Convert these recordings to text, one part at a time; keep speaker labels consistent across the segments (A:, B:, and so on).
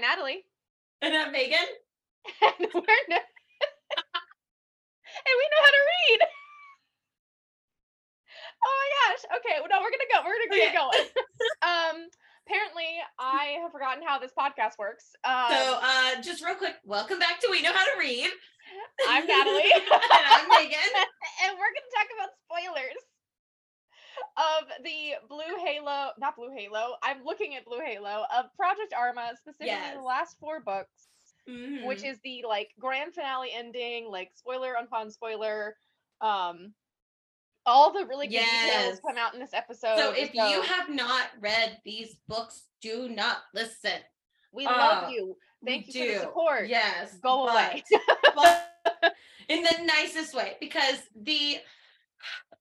A: Natalie.
B: And I'm Megan.
A: And we're not- and we know how to read. Oh my gosh. Okay. Well, no, we're gonna go. We're gonna
B: Okay.
A: get going. um, apparently, I have forgotten how this podcast works. Um,
B: So uh just real quick, welcome back to We Know How to Read.
A: I'm Natalie.
B: and I'm Megan.
A: and we're gonna talk about spoilers of the Blue Halo, not Blue Halo. I'm looking at Blue Halo of Project Arma, specifically
B: Yes.
A: the last four books. which
B: Mhm.
A: is the like grand finale ending, like spoiler upon spoiler. Um, all the really good details
B: Yes.
A: come out in this episode.
B: so if you
A: so
B: have not read these books, do not listen.
A: we love
B: uh,
A: you.
B: We
A: Thank you for the
B: do.
A: support.
B: Yes.
A: Go away.
B: but- but in the nicest way, because the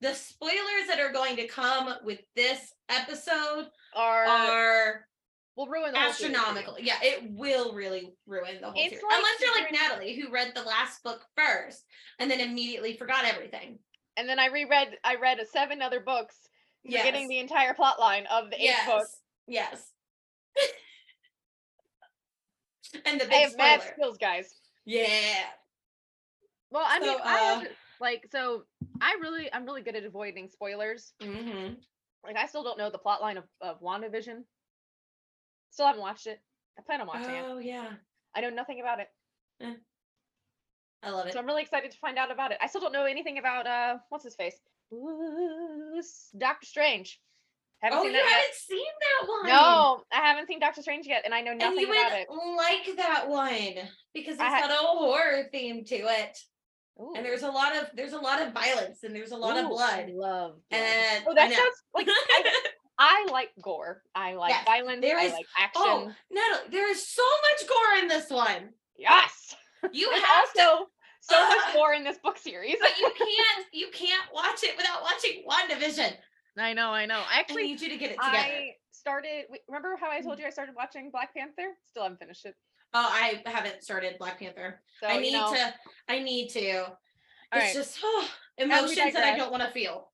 B: the spoilers that are going to come with this episode
A: Or
B: are
A: we'll ruin the whole series for you.
B: astronomical. Yeah, it will really ruin the whole
A: It's
B: series.
A: like
B: Unless you're like
A: super-
B: Natalie, who read the last book first and then immediately forgot everything.
A: And then I reread. I read seven other books, forgetting the entire plot line of the eighth
B: yes.
A: book.
B: Yes. and the
A: I
B: big
A: have mad
B: spoiler.
A: skills, guys.
B: Yeah.
A: Well, I mean,
B: So,
A: I have
B: uh,
A: to- like so. I really, I'm really good at avoiding spoilers.
B: hmm
A: Like I still don't know the plot line of, of WandaVision. Still haven't watched it. I plan on watching it.
B: Oh yeah.
A: I know nothing about it.
B: I love it.
A: So I'm really excited to find out about it. I still don't know anything about uh what's his face? Ooh, s- Doctor Strange. Haven't
B: oh, you
A: seen that
B: haven't seen that one.
A: yet. No, I haven't seen Doctor Strange yet and I know
B: And
A: nothing
B: you
A: about it.
B: would like that one because it's
A: I ha-
B: got a horror theme to it.
A: Ooh.
B: And there's a lot of there's a lot of violence and there's a lot
A: Ooh,
B: of
A: I
B: blood.
A: love blood.
B: And
A: Oh,
B: I
A: that
B: know.
A: sounds like I, I like gore. I like
B: Yes,
A: violence.
B: there
A: I
B: is-
A: like action.
B: Oh, Natalie, there is so much gore in this one.
A: yes.
B: You
A: There's
B: have to,
A: also so much
B: Ugh.
A: gore in this book series.
B: but you can't, you can't watch it without watching WandaVision.
A: I know, I know. I
B: I
A: actually Mm-hmm.
B: need you to get it together.
A: I started. wait, Remember how I told you I started watching Black Panther? Still haven't finished it.
B: oh, I haven't started Black Panther.
A: So
B: I
A: you
B: need
A: know,
B: to. I need to. It's
A: right.
B: just oh, emotions that I
A: digress.
B: don't want to feel.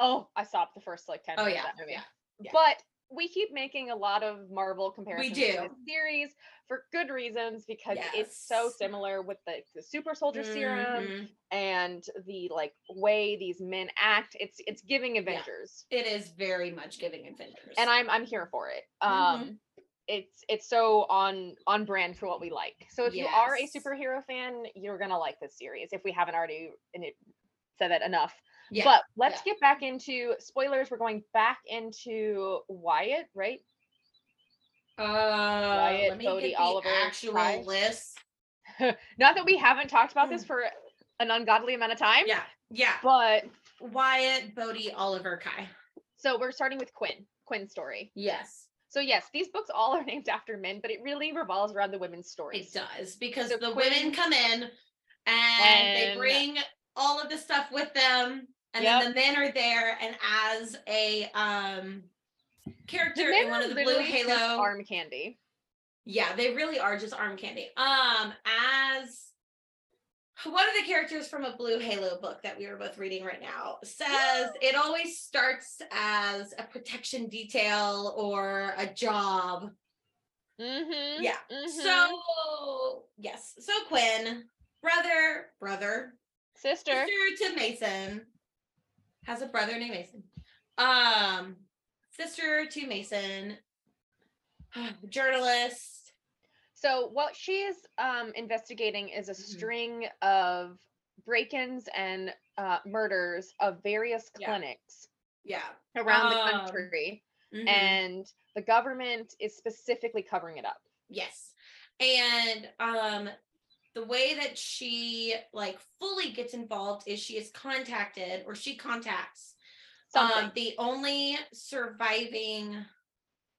A: Oh, I stopped the first like ten.
B: Oh,
A: minutes of
B: yeah,
A: that movie.
B: yeah, yeah.
A: But we keep making a lot of Marvel comparisons to
B: do.
A: this series for good reasons because it's so
B: Yes.
A: similar with the, the super soldier serum
B: Mhm.
A: and the like way these men act. It's it's giving Avengers,
B: It is very much giving Avengers.
A: and I'm I'm here for it. Um,
B: Mhm.
A: it's it's so on on brand for what we like. So if you are a
B: Yes.
A: superhero fan, you're gonna like this series if we haven't already and it said that enough.
B: yeah.
A: but let's get back into spoilers. We're going back into Wyatt, right?
B: uh,
A: Wyatt,
B: let me
A: Bodhi,
B: get the
A: Oliver,
B: actual
A: Fry.
B: list.
A: Not that we haven't talked about this
B: Mm.
A: for an ungodly amount of time.
B: Yeah, yeah.
A: But
B: Wyatt, Bodhi, Oliver, Kai.
A: so we're starting with Quinn, Quinn's story.
B: Yes.
A: So yes, these books all are named after men, but it really revolves around the women's
B: It
A: stories.
B: does because
A: So
B: the
A: Quinn-
B: women come in and, they
A: And-
B: bring all of the stuff with them, and
A: Yep.
B: then the men are there. And as a um character in
A: men
B: one
A: are
B: of the blue
A: literally just
B: halo,
A: arm candy.
B: yeah, they really are just arm candy. Um, as one of the characters from a blue halo book that we were both reading right now says it always starts as a protection detail or a job
A: Mm-hmm.
B: Yeah. So yes, so Quinn, brother, brother,
A: sister.
B: sister to Mason, has a brother named Mason. Um, sister to Mason, journalist.
A: So what she's um, investigating is
B: Mm-hmm.
A: a string of break-ins and uh, murders of various
B: Yeah.
A: clinics
B: Yeah.
A: around the
B: Um,
A: country,
B: mhm,
A: and the government is specifically covering it up.
B: yes, and um, the way that she like fully gets involved is she is contacted or she contacts
A: Something
B: um the only surviving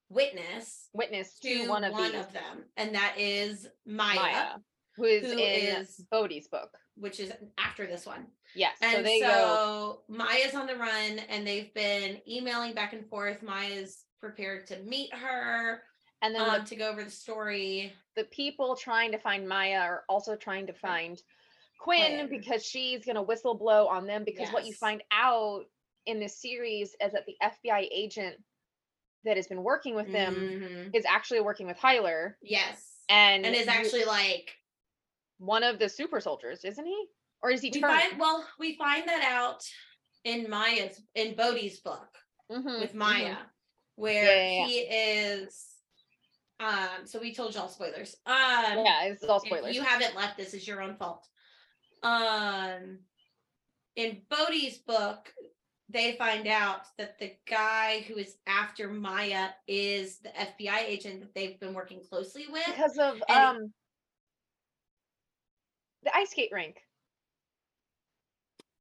B: witness
A: witness
B: to one of, them, and that is Maya,
A: Maya, who is
B: who
A: in
B: is-
A: Bodhi's book.
B: which is after this one.
A: Yes.
B: And
A: so
B: so,
A: they go.
B: Maya's on the run, and they've been emailing back and forth. Maya's prepared to meet her
A: And then the
B: um, to go over the story.
A: the people trying to find Maya are also trying to find Quinn,
B: Quinn.
A: because she's going to whistleblow on them. Because what you
B: Yes.
A: find out in this series is that the FBI agent that has been working with them
B: Mhm.
A: is actually working with Hyler
B: Yes.
A: and
B: And, is
A: you-
B: actually like
A: one of the super soldiers, isn't he? Or is he
B: we
A: turned?
B: find well, we find that out in Maya's in Bodhi's book
A: Mhm,
B: with
A: mhm.
B: Maya, where
A: Yeah, yeah, yeah.
B: he is um so we told y'all spoilers. Um
A: Yeah, it's all
B: If
A: spoilers.
B: you haven't left this is your own fault um in bodhi's book they find out that the guy who is after maya is the fbi agent that they've been working closely with
A: because of
B: and-
A: um the ice skate rink.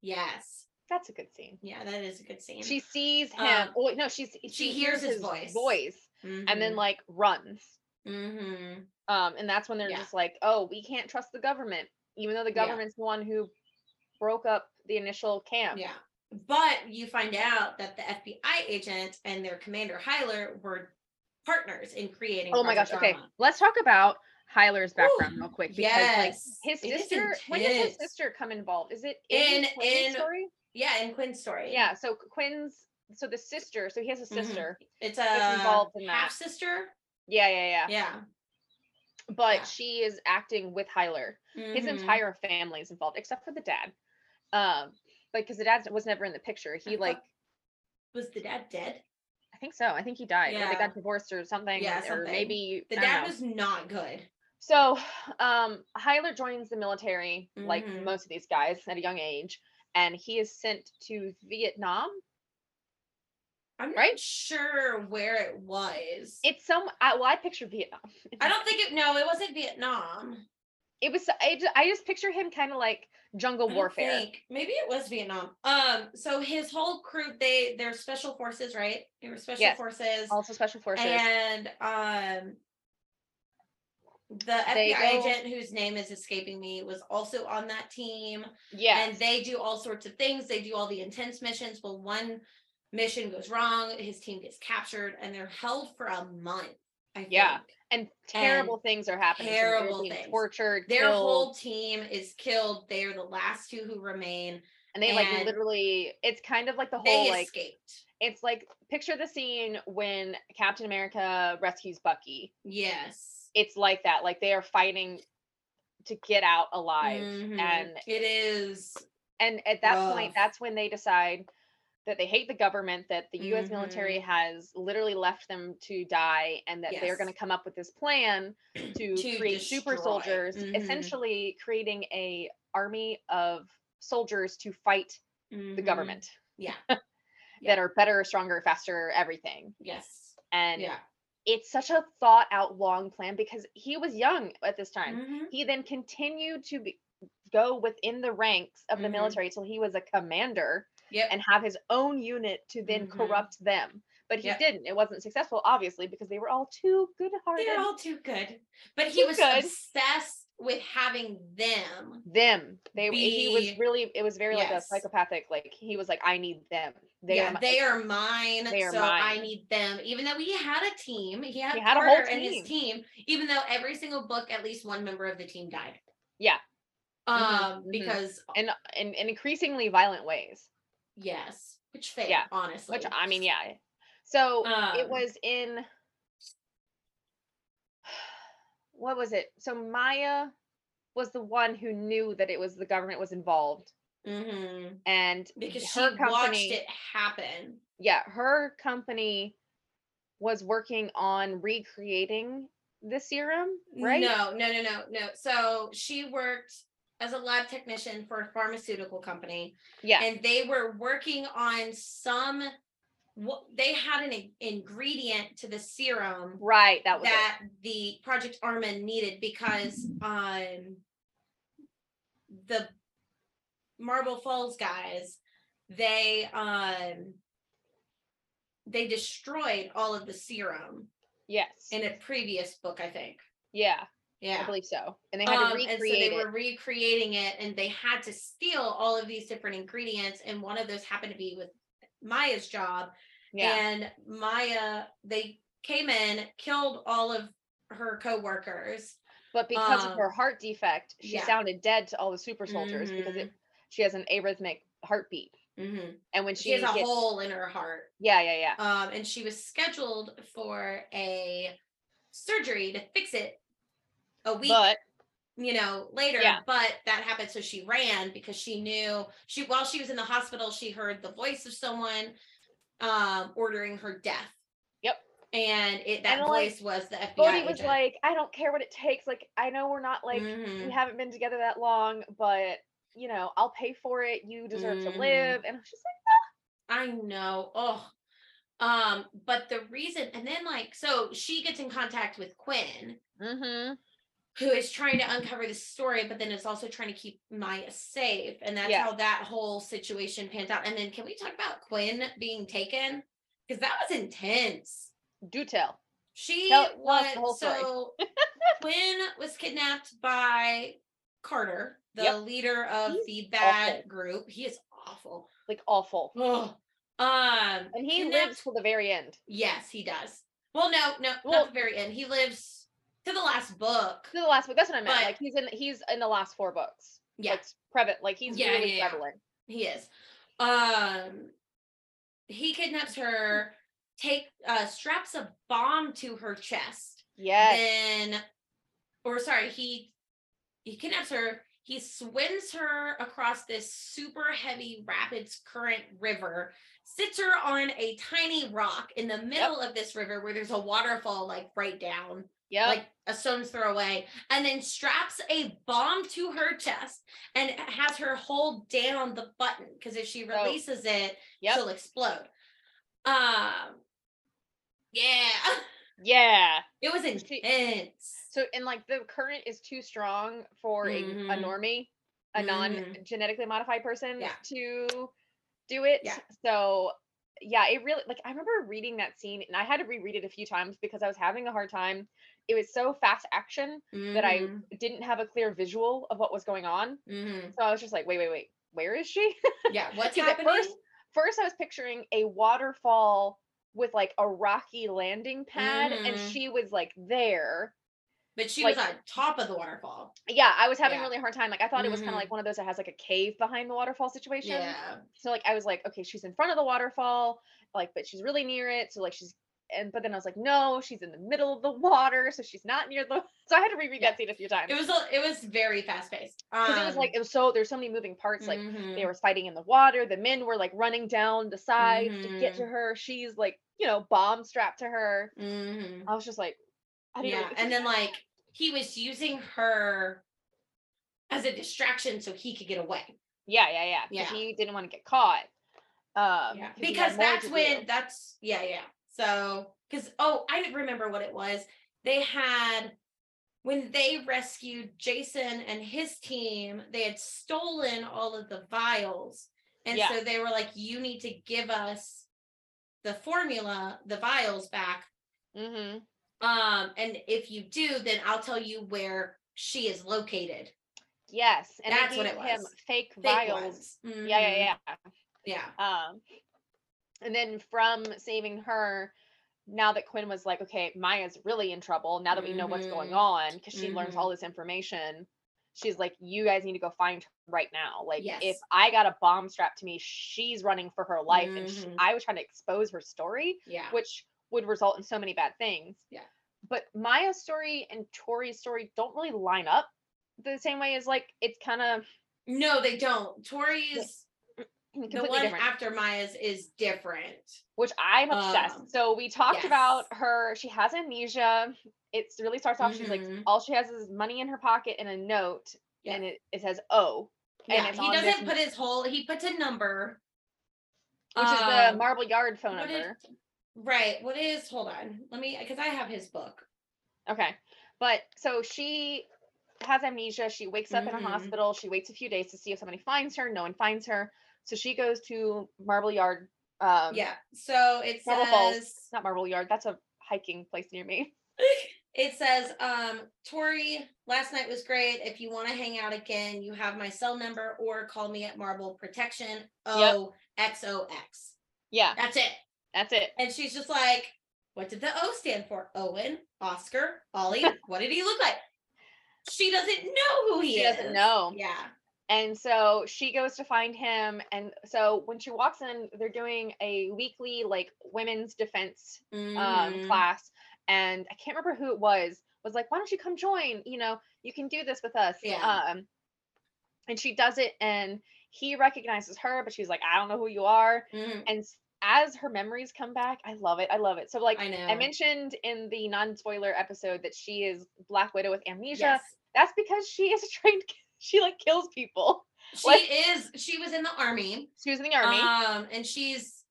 B: yes
A: That's a good scene.
B: yeah that is a good scene
A: She sees him.
B: Um,
A: oh wait, no, she's she,
B: hears his voice.
A: voice, and then like runs.
B: mm-hmm.
A: Um, and that's when they're
B: Yeah.
A: just like, oh, we can't trust the government, even though the
B: Yeah.
A: government's the one who broke up the initial camp.
B: yeah but you find out that the fbi agent and their commander heiler were partners in creating
A: Oh my gosh.
B: Project
A: Okay,
B: Drama.
A: let's talk about Hyler's background
B: Whew,
A: real quick. Because like
B: yes
A: his
B: It is
A: sister, when does his
B: intense.
A: sister come involved? Is it
B: In-
A: Quinn's
B: in-
A: story?
B: yeah in quinn's story
A: Yeah. So Quinn's, so the sister, so he has a
B: Mhm.
A: sister.
B: it's
A: that's
B: a
A: involved in that.
B: half sister.
A: Yeah, yeah, yeah,
B: Yeah,
A: But
B: yeah.
A: she is acting with Hyler. His
B: Mhm.
A: entire family is involved, except for the dad. Um, like because the dad was never in the picture.
B: I
A: He
B: thought-
A: like
B: was the dad dead.
A: I think so. I think he died. Or they
B: Yeah.
A: got divorced or something.
B: Yeah,
A: or
B: something.
A: maybe
B: The
A: I don't
B: dad
A: know.
B: was not good.
A: So, um, Hyler joins the military, like
B: Mhm.
A: most of these guys, at a young age, and he is sent to Vietnam.
B: I'm not
A: Right?
B: sure where it was.
A: It's some. I, well, I picture Vietnam.
B: I don't think it. No, it wasn't Vietnam.
A: It was. I just, I just picture him kind of like jungle
B: I don't
A: warfare.
B: think. Maybe it was Vietnam. Um. So his whole crew, they they're special forces, right? They were special
A: Yes.
B: forces,
A: Also, special forces.
B: and um. The
A: They
B: FBI
A: go-
B: agent whose name is escaping me was also on that team.
A: yeah.
B: and they do all sorts of things. They do all the intense missions. Well, one mission goes wrong, his team gets captured, and they're held for a month. I
A: Yeah.
B: think.
A: And terrible things are happening. to them. They're
B: terrible
A: being
B: things.
A: Tortured.
B: their
A: killed,
B: whole team is killed. They are the last two who remain.
A: and they like
B: and-
A: literally. It's kind of like the whole
B: They
A: like.
B: escaped.
A: It's like picture the scene when Captain America rescues Bucky.
B: Yes,
A: It's like that. Like they are fighting to get out alive.
B: Mhm.
A: and-
B: it is
A: and at that
B: Rough.
A: point that's when they decide that they hate the government that the US military
B: Mm-hmm.
A: has literally left them to die and that they're
B: Yes.
A: going to come up with this plan to,
B: To
A: create super
B: destroy.
A: soldiers
B: Mhm.
A: essentially creating a army of soldiers to fight the
B: Mhm.
A: government
B: Yeah. Yeah.
A: that are better stronger faster everything
B: Yes,
A: and
B: yeah.
A: it's such a thought out long plan because he was young at this time
B: Mhm.
A: he then continued to be, go within the ranks of the
B: Mhm.
A: military till he was a commander
B: Yep.
A: and have his own unit to then
B: Mhm.
A: corrupt them. But he
B: Yep.
A: didn't. It wasn't successful, obviously, because they were all too good hearted.
B: they're all too good, but he
A: Too
B: was
A: good.
B: obsessed with having them.
A: them. They he
B: Be-
A: was really it was very like a
B: Yes.
A: psychopathic, like he was like, I need them. They
B: yeah,
A: are my,
B: they are mine.
A: They are
B: so I
A: mine.
B: need them. Even though he had a team, he had,
A: He had a
B: Carter
A: whole
B: and his team. Even though every single book, at least one member of the team died.
A: Yeah.
B: Um,
A: mhm.
B: because
A: in, in in increasingly violent ways.
B: yes, which fit
A: Yeah,
B: honestly.
A: Which I mean, yeah. So it
B: Um,
A: was in what was it? So Maya was the one who knew that it was the government was involved,
B: mhm,
A: and
B: because she
A: her
B: watched
A: company,
B: it happen.
A: yeah, her company was working on recreating the serum, right?
B: No, no, no, no, no. So she worked as a lab technician for a pharmaceutical company.
A: Yeah,
B: and they were working on some wh- they had an in- ingredient to the serum
A: right. That
B: that,
A: was it.
B: the project arma needed because um the marble falls guys they um they destroyed all of the serum
A: Yes.
B: in a previous book i think
A: yeah, I
B: yeah
A: believe so. And they had to
B: um,
A: recreate
B: and so
A: it.
B: they were recreating it and they had to steal all of these different ingredients and one of those happened to be with maya's job
A: yeah.
B: and maya they came in killed all of her co-workers
A: But because of
B: um,
A: her heart defect, she
B: yeah.
A: sounded dead to all the super soldiers because it, she has an arrhythmic heartbeat.
B: Mhm.
A: and when
B: She
A: Mm-hmm. she,
B: has a
A: gets-
B: hole in her heart.
A: yeah, yeah, yeah.
B: Um, and she was scheduled for a surgery to fix it a week
A: But
B: you know, later,
A: Yeah.
B: but that happened. So she ran because she knew she, while she was in the hospital, she heard the voice of someone um, ordering her death.
A: Yep.
B: And it, that
A: And, like,
B: voice was the FBI.
A: Bodhi was
B: agent.
A: like, I don't care what it takes. Like, I know we're not like
B: Mhm.
A: we haven't been together that long, but you know, I'll pay for it. You deserve
B: Mhm.
A: to live. And she's
B: I know. Oh, um, but the reason, and then like, so she gets in contact with Quinn,
A: like, mm-hmm.
B: who is trying to uncover this story, but then is also trying to keep Maya safe. And that's
A: Yeah.
B: how that whole situation pans out. And then can we talk about Quinn being taken? Because that was intense.
A: do tell.
B: She
A: Tell- tell us the whole
B: was
A: story.
B: so Quinn was kidnapped by Carter, the
A: Yep.
B: leader of
A: He's
B: the bad group. He is awful.
A: Like awful.
B: Oh, um,
A: And he
B: kidnapped-
A: lives till the very end.
B: Yes, he does. Well, no, no,
A: Well-
B: not the very end. He lives to the last book.
A: To the last book. That's what I meant.
B: But-
A: like he's in he's in the last four books.
B: Yeah.
A: Like prevalent. Like he's
B: Yeah,
A: really
B: yeah, yeah.
A: prevalent.
B: He is. Um he kidnaps her, take uh straps a bomb to her chest,
A: Yes.
B: then or sorry, he he kidnaps her, he swims her across this super heavy rapids current river, sits her on a tiny rock in the middle of this river where there's a waterfall like right down
A: Yep.
B: like a stone's throw away, and then straps a bomb to her chest and has her hold down the button because if she
A: Oh.
B: releases it,
A: yep.
B: she'll explode. Um, yeah,
A: yeah.
B: it was
A: She-
B: intense.
A: So and like the current is too strong for a, a
B: Mhm.
A: normie, a
B: Mhm.
A: non genetically modified person
B: Yeah.
A: to do it.
B: Yeah.
A: So yeah, it really like I remember reading that scene and I had to reread it a few times because I was having a hard time. It was so fast action, that I-
B: Mhm,
A: it didn't have a clear visual of what was going on.
B: mhm.
A: So I was just like, wait, wait, wait, where is she?
B: yeah, what's
A: 'Cause at
B: happening?
A: first- First, I was picturing a waterfall with like a rocky landing pad, and
B: Mhm.
A: she was like there.
B: but she was
A: like-
B: on top of the waterfall.
A: yeah i was having
B: Yeah.
A: a really hard time like i thought it was kind
B: Mhm.
A: of like one of those that has like a cave behind the waterfall situation
B: Yeah,
A: so like i was like okay she's in front of the waterfall like but she's really near it so like she's and but then i was like no she's in the middle of the water so she's not near the so i had to reread
B: Yeah.
A: that scene a few times
B: it was a, it was very fast paced. Um, mm-hmm,
A: because it was like it was so there's so many moving parts like they were fighting in the water the men were like running down the sides to get
B: Mm-hmm.
A: to her she's like you know bomb strapped to her
B: mm-hmm.
A: i was just like i didn't
B: yeah, and then like he was using her as a distraction so he could get away.
A: yeah yeah yeah 'cause
B: Yeah.
A: he didn't want to get caught um
B: Yeah,
A: 'cause he had
B: because
A: more
B: that's
A: to
B: when
A: do.
B: that's yeah yeah. So because oh I didn't remember what it was. They had when they rescued Jason and his team, they had stolen all of the vials, and
A: Yeah.
B: so they were like, "You need to give us the formula, the vials back."
A: Mm-hmm.
B: Um, and if you do, then I'll tell you where she is located.
A: Yes, and
B: That's
A: that's
B: what
A: what
B: it
A: Him
B: was.
A: fake,
B: Fake
A: vials.
B: ones.
A: Yeah, yeah, yeah.
B: Mm-hmm. Yeah.
A: Um, and then from saving her, now that Quinn was like, okay, Maya's really in trouble. Now that we know what's going
B: Mhm.
A: on, because she learns
B: Mhm.
A: all this information, she's like, you guys need to go find her right now. Like, if
B: Yes.
A: I got a bomb strapped to me, she's running for her life, and sh-
B: Mhm.
A: I was trying to expose her story,
B: Yeah.
A: which would result in so many bad things.
B: Yeah.
A: But Maya's story and Tori's story don't really line up the same way as like it's kind of
B: No, they don't. Tori's the
A: completely
B: one
A: different,
B: after Maya's is different.
A: which I'm obsessed.
B: um,
A: so we talked about
B: yes.
A: her. She has amnesia. It really starts off. She's like,
B: Mhm.
A: all she has is money in her pocket and a note,
B: Yeah.
A: and it, it says O,
B: Yeah,
A: it's
B: he
A: on
B: doesn't
A: this-
B: put his whole. He puts a number,
A: which is the
B: Um,
A: Marble Yard phone
B: what is-
A: number.
B: right? What is? Hold on, let me because I have his book.
A: okay, but so she has amnesia. She wakes up in
B: Mhm.
A: a hospital. She waits a few days to see if somebody finds her. No one finds her. So she goes to Marble Yard. Um,
B: yeah. So it
A: Marble Falls.
B: says
A: it's not Marble Yard. That's a hiking place near me.
B: it says um Tori. Last night was great. If you want to hang out again, you have my cell number or call me at Marble Protection. O X O X.
A: Yeah,
B: That's it.
A: that's it.
B: And she's just like, what did the O stand for? Owen, Oscar, Ollie. what did he look like? She doesn't know who he
A: She
B: is.
A: doesn't know.
B: Yeah.
A: And so she goes to find him. And so when she walks in, they're doing a weekly like women's defense um,
B: Mhm.
A: class. And I can't remember who it was, was like, why don't you come join? You know, you can do this with us.
B: Yeah.
A: Um, and she does it. And he recognizes her, but she's like, I don't know who you are.
B: Mhm.
A: And s- as her memories come back, I love it. I love it. So, like,
B: I know.
A: I mentioned in the non spoiler episode that she is Black Widow with amnesia.
B: yes.
A: That's because she is a trained, she like kills people.
B: She
A: Like-
B: is. She was in the army.
A: She was in the army,
B: Um, and she's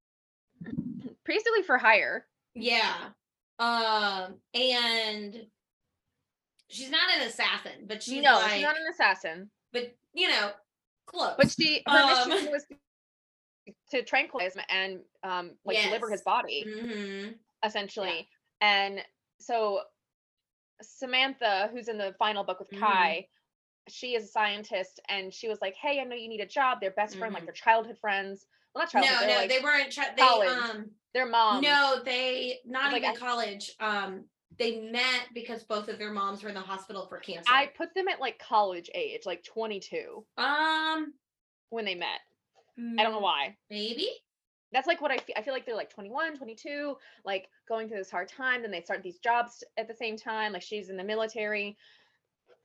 A: basically for hire.
B: yeah. Um, and she's not an assassin, but she's
A: no,
B: like,
A: she's not an assassin,
B: but you know, close.
A: but she her
B: Um,
A: mission was to tranquilize him and um like deliver his
B: Yes.
A: body
B: Mhm.
A: essentially. And so Samantha, who's in the final book with
B: Mhm.
A: Kai, she is a scientist, and she was like, "Hey, I know you need a job." They're best friend, like they're childhood friends. Well, not
B: Mm-hmm. No,
A: childhood.
B: no,
A: they're like
B: they weren't. Tra- they
A: college,
B: um,
A: their mom.
B: no, they not
A: like,
B: even
A: I-
B: college. Um, they met because both of their moms were in the hospital for cancer.
A: I put them at like college age, like 22
B: um,
A: when they met. I
B: Mm-hmm.
A: don't know why.
B: Maybe.
A: that's like what I feel. I feel like they're like 21, 22, like going through this hard time. Then they start these jobs at the same time. Like she's in the military.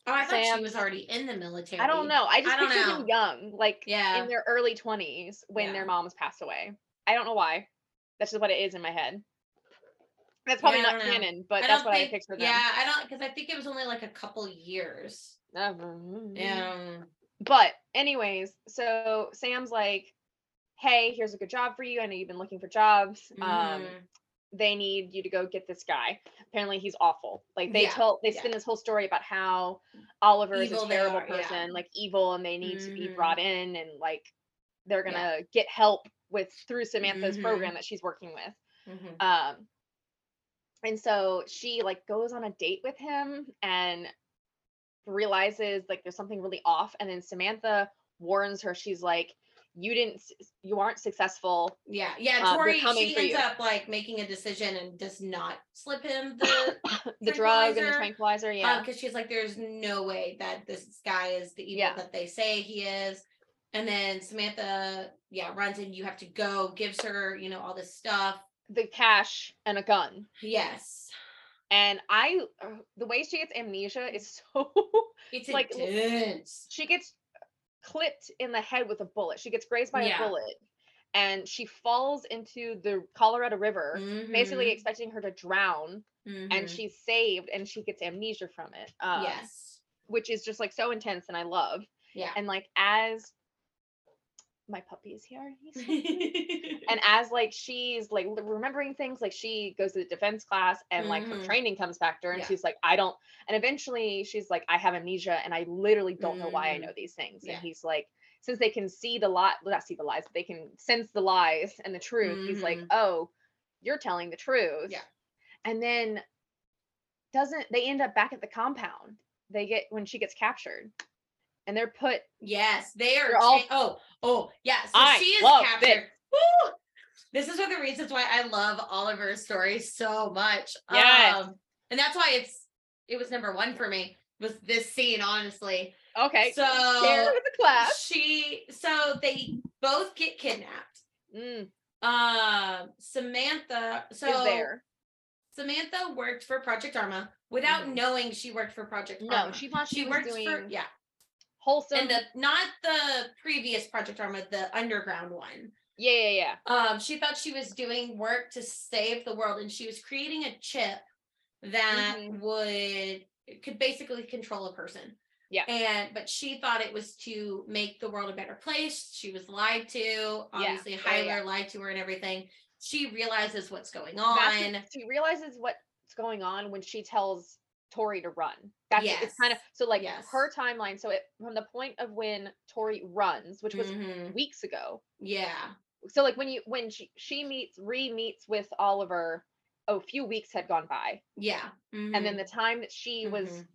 B: Oh, I thought
A: Sam-
B: she was already in the military.
A: I don't know. I just
B: I don't
A: picture
B: know.
A: them young, like
B: Yeah.
A: in their early 20s when
B: Yeah.
A: their moms passed away. I don't know why. That's just what it is in my head. That's probably
B: Yeah, I
A: not
B: don't know.
A: canon, but
B: I
A: that's
B: don't
A: what
B: think-
A: I picture them.
B: Yeah, I don't because I think it was only like a couple years.
A: Um,
B: Yeah.
A: But anyways, so Sam's like, "Hey, here's a good job for you. I know you've been looking for jobs. Um,
B: Mhm.
A: they need you to go get this guy. Apparently he's awful. Like they
B: Yeah,
A: tell they
B: yeah.
A: spin this whole story about how Oliver is
B: Evil
A: a
B: they
A: terrible
B: are, yeah.
A: person, like evil and they need to be
B: Mhm.
A: brought in and like they're
B: Yeah.
A: gonna get help with through Samantha's
B: Mhm.
A: program that she's working with.
B: Mhm.
A: Um and so she like goes on a date with him and realizes like there's something really off and then Samantha warns her she's like you didn't s- you aren't successful
B: yeah, yeah.
A: Um, we're
B: Tori,
A: coming
B: she
A: for
B: ends
A: you.
B: up like making a decision and does not slip him the
A: the drug and the
B: Tranquilizer.
A: tranquilizer yeah
B: because Um, she's like, there's no way that this guy is the evil
A: Yeah.
B: that they say he is. And then Samantha, yeah, runs in. You have to go. Gives her, you know, all this stuff.
A: the cash and a gun.
B: Yes,
A: And I, uh, the way she gets amnesia is so.
B: it's
A: Like, l-
B: intense.
A: she gets clipped in the head with a bullet. She gets grazed by
B: Yeah.
A: a bullet, and she falls into the Colorado River, basically
B: Mhm,
A: expecting her to drown. And
B: mhm.
A: she's saved, and she gets amnesia from it. Um,
B: yes,
A: which is just like so intense, and I love.
B: yeah.
A: And like as my puppy is here, he's so
B: and
A: and as like she's like l- remembering things like she goes to the defense class and like her
B: Mhm.
A: training comes back to her and
B: Yeah.
A: she's like i don't and eventually she's like i have amnesia and i literally don't know why i
B: Mhm.
A: know these things
B: Yeah.
A: and he's like since they can see the lie well, not see the lies but they can sense the lies and the truth he's like
B: Mhm.
A: oh you're telling the truth
B: Yeah.
A: and then doesn't they end up back at the compound they get when she gets captured and they're put
B: yes, they are.
A: They're all-
B: cha- oh, oh, yes. So
A: I
B: she is
A: love
B: captured. Woo! This is one of the reasons why I love Oliver's story so much.
A: Yes.
B: Um, and that's why it's it was number one for me was this scene, honestly.
A: okay
B: So
A: share with the class
B: she so they both get kidnapped.
A: Mm,
B: Um, Samantha. So
A: is there
B: Samantha worked for Project Arma without
A: Mhm.
B: knowing she worked for Project
A: no
B: Arma.
A: she thought Um, she,
B: she
A: was
B: worked
A: doing
B: for yeah.
A: wholesome.
B: and the not the previous project arma the underground one
A: yeah, yeah, yeah.
B: um she thought she was doing work to save the world and she was creating a chip that
A: Mhm.
B: would could basically control a person
A: Yeah.
B: and but she thought it was to make the world a better place she was lied to obviously
A: yeah,
B: Hyler
A: yeah.
B: lied to her and everything she realizes what's going
A: That's
B: on
A: when she realizes what's going on when she tells Tori to run. That's it's kind of
B: Yes,
A: so like
B: yes.
A: her timeline. So it from the point of when Tori runs, which was
B: Mhm.
A: weeks ago.
B: yeah
A: So like when you when she she meets re meets with Oliver, a few weeks had gone by,
B: yeah Mm-hmm.
A: and then the time that she was
B: Mhm.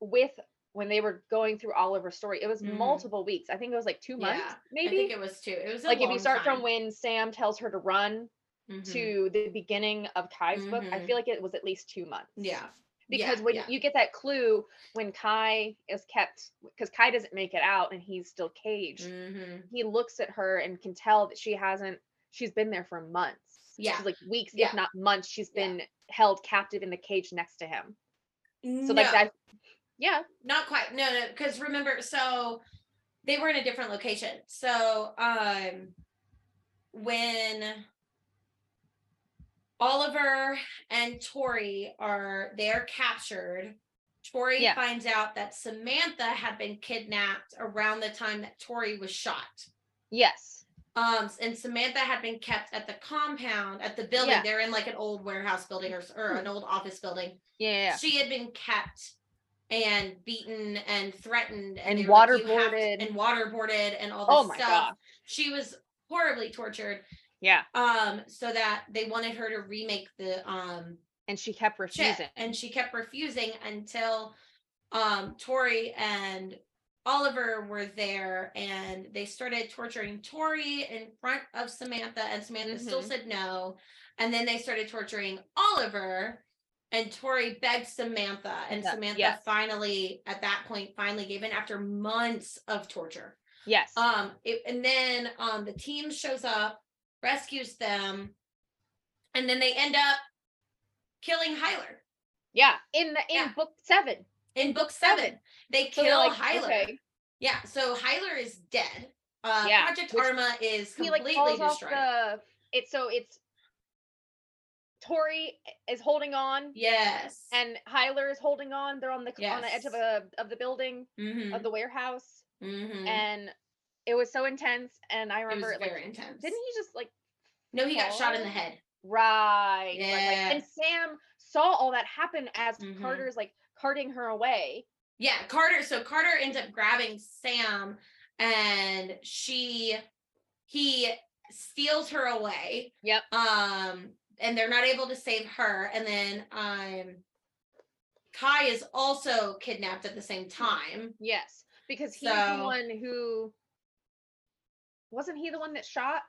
A: with when they were going through Oliver's story, it was
B: Mhm.
A: multiple weeks. I think it was like two months,
B: Yeah,
A: maybe.
B: i think it was too it was a
A: like if you
B: long
A: start
B: time.
A: from when Sam tells her to run
B: Mhm.
A: to the beginning of Kai's book, I
B: Mhm.
A: feel like it was at least two months.
B: yeah
A: because
B: Yeah,
A: when
B: yeah.
A: you get that clue when Kai is kept because Kai doesn't make it out and he's still caged,
B: Mhm.
A: he looks at her and can tell that she hasn't she's been there for months.
B: Yeah.
A: She's like weeks,
B: Yeah.
A: if not months, she's
B: Yeah.
A: been held captive in the cage next to him. So
B: Mm-hmm. no,
A: like that yeah.
B: not quite. No, no, because remember, so they were in a different location. So um when Oliver and Tori are they're captured. Tori
A: Yeah.
B: finds out that Samantha had been kidnapped around the time that Tori was shot.
A: Yes.
B: Um, and Samantha had been kept at the compound at the building.
A: Yeah. Hmm.
B: They're in like an old warehouse building or, s- or an old office building.
A: Yeah. yeah, yeah.
B: She had been kept and beaten and threatened
A: And
B: they were like, "You have to-"
A: waterboarded.
B: and waterboarded and all this
A: Oh my
B: stuff.
A: god.
B: She was horribly tortured.
A: Yeah.
B: Um, so that they wanted her to remake the um
A: And she kept
B: check,
A: refusing.
B: and she kept refusing until um Tori and Oliver were there and they started torturing Tori in front of Samantha and Samantha still
A: Mhm.
B: said no and then they started torturing Oliver and Tori begged Samantha and
A: Yeah,
B: Samantha
A: yeah.
B: finally at that point finally gave in after months of torture
A: yes.
B: um it, and then um the team shows up rescues them and then they end up killing Hyler
A: yeah. In the in
B: yeah.
A: book seven.
B: in book
A: Seven.
B: seven they
A: So they're
B: kill
A: like,
B: Hyler.
A: okay.
B: yeah so Hyler is dead uh
A: Yeah,
B: project
A: which-
B: arma is
A: he like
B: completely
A: falls off
B: destroyed
A: the it's so it's Tori is holding on
B: yes
A: and Hyler is holding on. They're on the on the edge of
B: Yes.
A: a of the building
B: mm-hmm.
A: of the warehouse,
B: mm-hmm.
A: and it was so intense. And I
B: it was
A: remember it,
B: very
A: like
B: intense
A: didn't he just like
B: no he got shot in the
A: fall?
B: head
A: right? right, right.
B: Yeah.
A: And Sam saw all that happen as
B: Mhm.
A: Carter's like carting her away.
B: yeah Carter so Carter ends up grabbing Sam and she he steals her away
A: Yep.
B: um and they're not able to save her and then um kai is also kidnapped at the same time
A: Yes, because he's the
B: So-
A: one who wasn't he the one that shot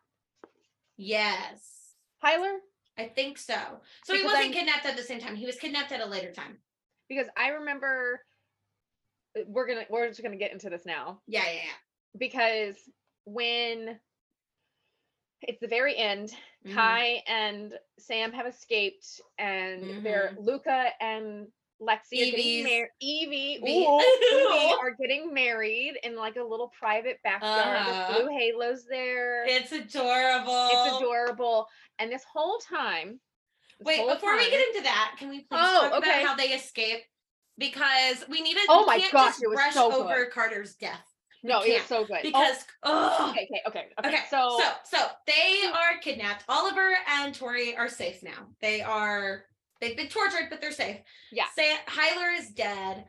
B: yes
A: Hyler?
B: i think so so he
A: Because
B: wasn't
A: I'm-
B: kidnapped at the same time he was kidnapped at a later time
A: Because I remember uh, we're gonna we're just gonna get into this now.
B: yeah yeah yeah
A: because when it's the very end,
B: Mhm.
A: Kai and Sam have escaped, and they're Luca and Lexi are getting
B: Mm-hmm. Evie's-
A: mar- Evie,
B: Evie.
A: ooh, Evie
B: Ew.
A: are getting married in like a little private backyard.
B: Uh-huh.
A: with blue halos there. It's,
B: it's adorable
A: adorable. And this whole time, this
B: wait
A: whole
B: before we
A: time-
B: get into that can we please
A: Oh,
B: talk
A: okay.
B: about how they escape because we need to
A: Oh
B: we
A: my
B: can't
A: gosh,
B: just
A: it was
B: brush
A: so good.
B: over carter's death
A: no, it's
B: can't,
A: so good Oh,
B: because ugh,
A: okay, okay, okay, okay.
B: Okay,
A: So,
B: so so they are kidnapped. Oliver and Tori are safe now. They are they've been tortured, but they're safe.
A: Yeah.
B: Say Hyler is dead.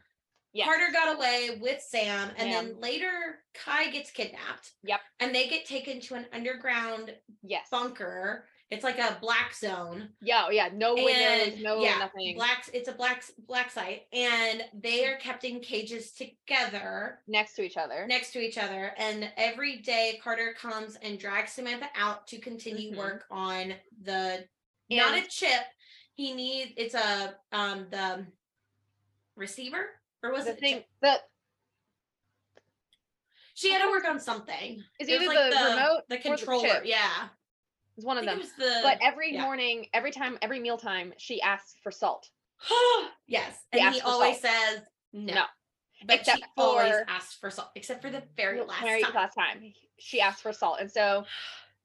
A: Yes.
B: Carter got away with Sam,
A: Sam.
B: and then later Kai gets kidnapped.
A: Yep.
B: And they get taken to an underground
A: yes,
B: bunker. It's like a black zone.
A: yeah, yeah, no windows,
B: And-
A: no
B: yeah,
A: nothing.
B: Blacks. It's a black black site, and they are kept in cages together
A: next to each other.
B: next to each other. And every day, Carter comes and drags Samantha out to continue
A: Mhm.
B: work on the not
A: And-
B: a chip. He needs it's a um the receiver or was
A: the
B: it a
A: thing
B: chip?
A: the
B: She had to
A: Oh.
B: work on something.
A: is
B: It
A: either
B: was
A: the, remote
B: the
A: or the
B: controller.
A: chip.
B: yeah,
A: is one
B: I
A: of
B: think
A: them.
B: it was the.
A: But every
B: yeah.
A: morning, every time, every mealtime, she asks for salt.
B: yes,
A: He
B: and
A: asked
B: he
A: for
B: always
A: salt.
B: says no.
A: No.
B: But she
A: Except
B: always
A: for-
B: asks for salt, except for the very
A: No,
B: last
A: Mary,
B: time.
A: last time she asked for salt, and so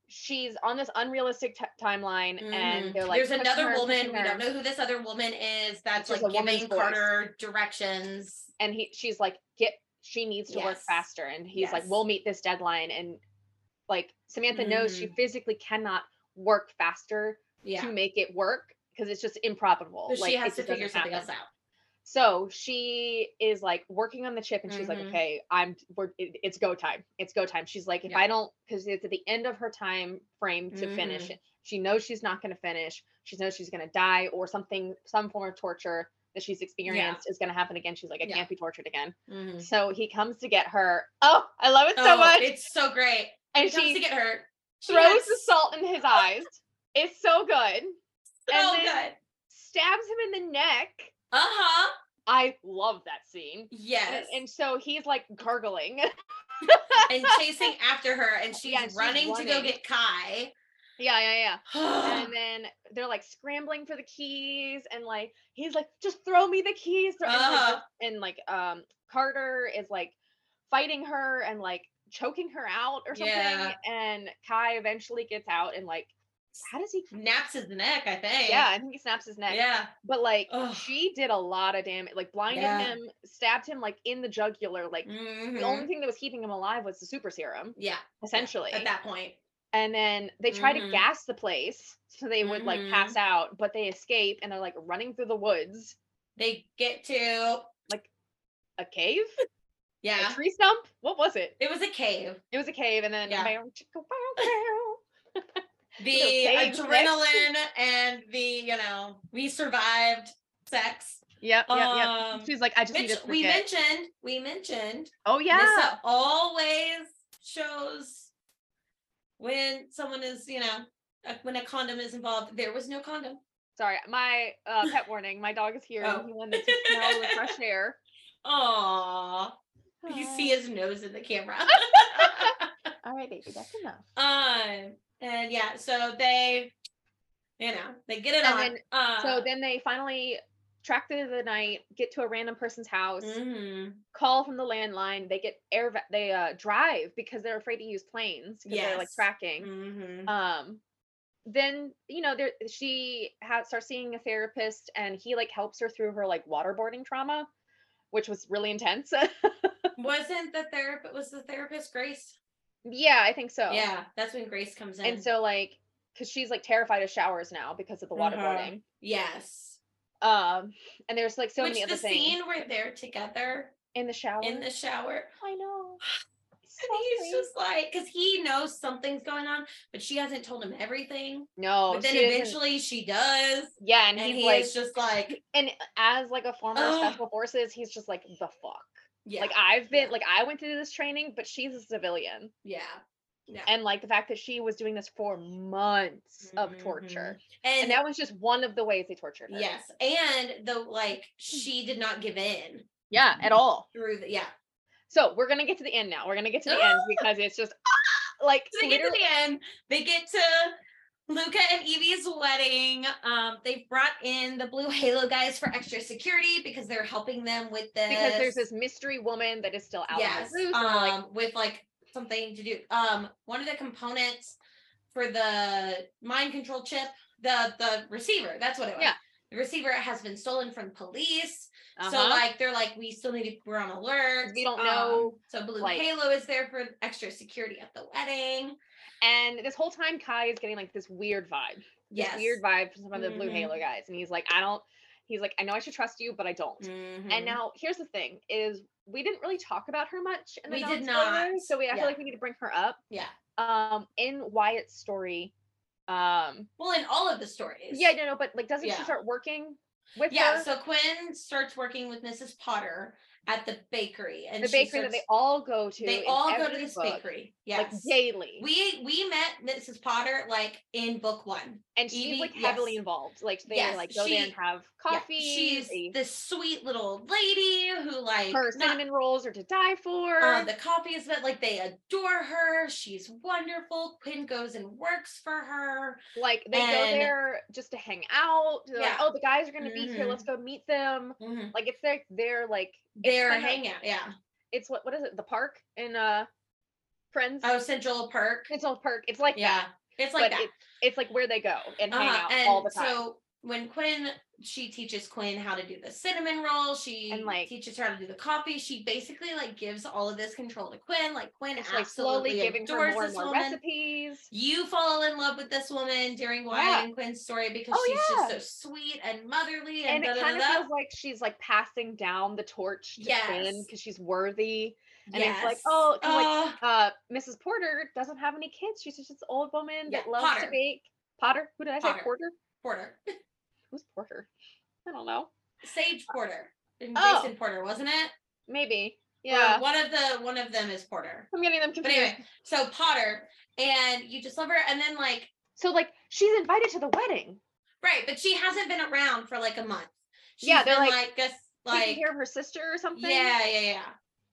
A: she's on this unrealistic t- timeline,
B: Mhm.
A: and they're like,
B: there's
A: pushing
B: another
A: her,
B: woman.
A: pushing
B: We don't
A: her,
B: know who this other woman is. That's
A: Which is
B: like
A: a woman's
B: giving
A: voice.
B: Carter directions.
A: And he, she's like, get. She needs to work
B: Yes.
A: faster, and he's like,
B: Yes.
A: we'll meet this deadline, and like Samantha knows
B: Mm-hmm.
A: she physically cannot work faster
B: Yeah.
A: to make it work because it's just improbable.
B: But she
A: it
B: has to
A: just doesn't
B: figure something
A: happen.
B: else out.
A: So she is like working on the chip, and she's like,
B: Mhm.
A: "Okay, I'm. We're, it, it's go time. It's go time." She's like, "If
B: Yeah.
A: I don't, because it's at the end of her time frame to
B: Mm-hmm.
A: finish it. She knows she's not going to finish. She knows she's going to die, or something, some form of torture that she's experienced is going to happen again. She's like, I
B: Yeah.
A: can't be tortured again."
B: Mhm.
A: So he comes to get her. Oh, I love it so
B: Oh,
A: much,
B: It's so great.
A: and
B: She comes to
A: she
B: get her. She
A: throws
B: looks
A: the salt in his eyes. It's so good. and then-
B: So Oh, good.
A: Stabs him in the neck.
B: huh.
A: I love that scene. And,
B: Yes.
A: and so he's like gargling.
B: And chasing after her, and she's,
A: Yeah, she's
B: running, to go
A: running.
B: get Kai.
A: yeah, yeah, yeah. and then they're like scrambling for the keys and like he's like just throw me the keys throw-" and, like,
B: Uh-huh.
A: just- and like um carter is like fighting her and like choking her out or something
B: Yeah.
A: and kai eventually gets out and like how does he
B: Naps his neck, I think.
A: yeah i think he snaps his neck
B: Yeah.
A: but like
B: Ugh.
A: she did a lot of damage like blinded
B: Yeah.
A: him stabbed him like in the jugular like
B: Mhm.
A: the only thing that was keeping him alive was the super serum
B: Yeah.
A: essentially
B: At that point.
A: and then they try to
B: Mhm.
A: gas the place so they would like
B: Mhm.
A: pass out but they escape and they're like running through the woods
B: They get to
A: a cave
B: yeah.
A: a tree stump what was it
B: It was a cave.
A: it was a cave and then
B: Yeah.
A: bow, chicka, bow, bow.
B: The
A: caves next.
B: adrenaline and the, you know, we survived sex.
A: yep yep yep
B: Um,
A: she's like i just need
B: which
A: to
B: we
A: forget."
B: mentioned, uh, we mentioned
A: oh yeah
B: Nissa always shows when someone is, you know, uh, when a condom is involved. There was no condom.
A: sorry my uh, pet warning my dog is here
B: Oh.
A: and he wanted to smell the fresh air
B: Aww. You
A: Aw.
B: see his nose in the camera.
A: all right baby that's enough
B: um, and yeah, so they, you know, they get it
A: And
B: on.
A: then-
B: uh,
A: so then they finally track through the night get to a random person's house
B: mhm.
A: call from the landline. They get air. va- They uh, drive because they're afraid to use planes because they're like
B: Yes.
A: tracking.
B: Mhm.
A: Um, then you know, there she ha- starts seeing a therapist, and he like helps her through her like waterboarding trauma, which was really intense.
B: mm-hmm. wasn't the therapist was the therapist Grace?
A: yeah, I think so.
B: Yeah, that's when Grace comes in.
A: Oh. And so like, cause she's like terrified of showers now because of the
B: Uh-huh.
A: waterboarding.
B: yes,
A: Um, and there's like so
B: which
A: many
B: the
A: other things
B: scene where they're together
A: in the shower.
B: in the shower,
A: I know. It's so
B: and he's
A: sweet.
B: just like, because he knows something's going on, but she hasn't told him everything.
A: no.
B: but then
A: Oh, she doesn't-
B: eventually she does,
A: yeah, and,
B: and,
A: he's
B: he
A: like,
B: is just like,
A: and as like a former
B: Ugh.
A: special forces, he's just like the fuck.
B: yeah,
A: Like I've been
B: Yeah.
A: like I went through this training, but she's a civilian,
B: yeah, yeah.
A: and like the fact that she was doing this for months of torture,
B: and,
A: and that was just one of the ways they tortured her.
B: yes, and the like,
A: Hmm.
B: she did not give in
A: yeah, at all.
B: through the yeah.
A: So we're gonna get to the end now. We're gonna get to the end because it's just like
B: So they get to
A: literally-
B: the end. They get to Luca and Evie's wedding. Um, they've brought in the Blue Halo guys for extra security because they're helping them with this.
A: because there's this mystery woman that is still out
B: yes,
A: on the loose,
B: um,
A: and they're like,
B: with like something to do. Um, one of the components for the mind control chip, the the receiver. That's what it was.
A: Yeah.
B: The receiver has been stolen from police. Um, So
A: uh-huh.
B: like they're like we still need to we're on alert.
A: We don't
B: Um,
A: know,
B: so Blue
A: like-
B: Halo is there for extra security at the wedding.
A: and this whole time Kai is getting like this weird vibe. this
B: Yes.
A: weird vibe from some of the blue
B: Mhm.
A: halo guys and he's like i don't he's like i know i should trust you but i don't
B: Mhm.
A: and now here's the thing is we didn't really talk about her much in the
B: We did
A: non-spoiler,
B: not,
A: so we i
B: yeah.
A: feel like we need to bring her up
B: Yeah.
A: um in wyatt's story um
B: Well, in all of the stories.
A: yeah no no but like doesn't
B: Yeah.
A: she start working with
B: Yeah.
A: her
B: So Quinn starts working with Mrs. Potter at the bakery, and
A: the
B: she
A: bakery that
B: starts-
A: they all go to
B: they
A: in
B: all go to
A: every
B: this
A: book,
B: bakery. Yes.
A: like daily
B: we we met Mrs. Potter like in book one.
A: and she's
B: Evie-
A: like heavily
B: yes.
A: involved like they
B: Yes,
A: like go
B: she-
A: there and have
B: Yeah,
A: coffee
B: she's
A: they-
B: this sweet little lady who like
A: her
B: not-
A: cinnamon rolls are to die for
B: uh, the copies, but like they adore her. She's wonderful. Quinn goes and works for her.
A: Like they go
B: And-
A: there just to hang out. They're like,
B: Yeah.
A: oh, the guys are gonna be here.
B: Mhm.
A: Let's go meet them. Like it's like they're like
B: They're
A: kinda-
B: hangout. Yeah.
A: it's what what is it? The park in uh Friends.
B: Oh, Central Park.
A: It's all park. It's like
B: Yeah.
A: that.
B: It's like
A: but
B: that.
A: It's, it's like where they go and hang
B: Uh-huh,
A: out all the time.
B: So when Quinn, she teaches Quinn how to do the cinnamon roll. She
A: And, like-
B: teaches her how to do the coffee. She basically like gives all of this control to Quinn. Like Quinn
A: And she's, like
B: absolutely
A: slowly giving her
B: adores
A: more and
B: this
A: more
B: woman.
A: recipes.
B: You fall in love with this woman during Wyatt
A: Yeah.
B: and Quinn's story because
A: Oh,
B: she's
A: yeah.
B: just so sweet and motherly and,
A: And it kind of
B: da-da-da-da.
A: feels like she's like passing down the torch to Finn
B: Yes.
A: because she's worthy. and
B: yes.
A: it's like, oh, 'cause,
B: uh,
A: Uh, Mrs. Porter doesn't have any kids. She's just this old woman
B: Yeah,
A: that loves
B: Potter.
A: to bake. Potter. Who did I say?
B: Potter.
A: Porter.
B: Porter,
A: Who's Porter? I don't know.
B: Sage Porter, and
A: Uh, Oh.
B: Jason Porter, wasn't it?
A: Maybe.
B: Or
A: Yeah.
B: one of the one of them is Porter.
A: I'm getting them
B: But
A: confused.
B: anyway, so Potter, and you just love her, and then like
A: So like she's invited to the wedding.
B: Right, but she hasn't been around for like a month. She's
A: Yeah, they're
B: been,
A: like,
B: like just
A: taking
B: like
A: care of her sister or something.
B: yeah, yeah, yeah.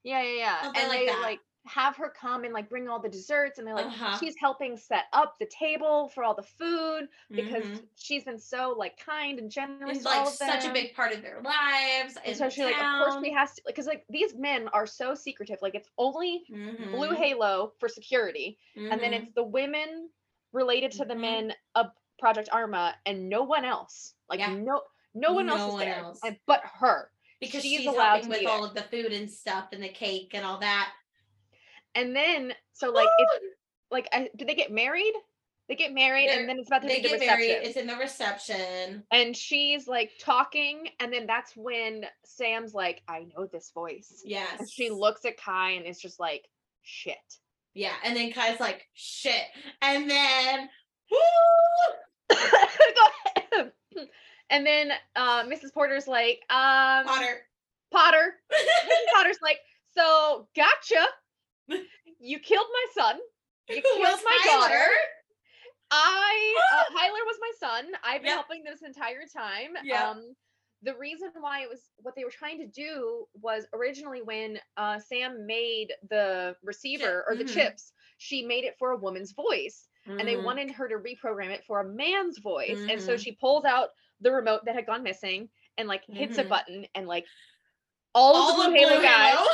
A: yeah, yeah, yeah.
B: Something
A: and
B: like
A: they
B: that.
A: like have her come and like bring all the desserts, and they're like,
B: Uh-huh.
A: she's helping set up the table for all the food because
B: Mhm.
A: she's been so like kind and generous.
B: It's
A: to all
B: like
A: of
B: such a
A: them.
B: big part of their lives.
A: And so she like, of course we has to, because like these men are so secretive. Like it's only
B: Mm-hmm.
A: Blue Halo for security, and then it's the women related to the
B: Mhm.
A: men of Project Arma, and no one else. Like
B: Yeah.
A: no, no one else
B: No
A: is
B: one
A: there,
B: else.
A: and- but her.
B: because
A: she's
B: she's,
A: allowed
B: helping
A: to
B: with
A: be
B: all of the food and stuff and the cake and all that.
A: And then so like it's like I, did they get married? They get married,
B: They're-
A: and then it's about to
B: they
A: be the
B: get
A: reception.
B: married. It's in the reception.
A: and she's like talking, and then that's when Sam's like, "I know this voice,"
B: Yes.
A: and she looks at Kai and is just like, "Shit."
B: Yeah, and then Kai's like, "Shit," and then, woo!
A: Go ahead. and then uh, Mrs. Porter's like, um,
B: Potter.
A: Potter. Potter's like, so gotcha. You killed my son. You
B: Who
A: killed
B: was
A: my
B: Tyler?
A: daughter. I uh, Tyler was my son. I've been
B: Yep.
A: helping this entire time.
B: Yep.
A: Um, the reason why it was what they were trying to do was originally when uh, Sam made the receiver or the
B: mhm.
A: chips, she made it for a woman's voice and they
B: Mhm.
A: wanted her to reprogram it for a man's voice. And so
B: Mhm.
A: she pulls out the remote that had gone missing and like hits a
B: Mhm.
A: button and like all,
B: all
A: of the
B: the
A: Blue Halo guys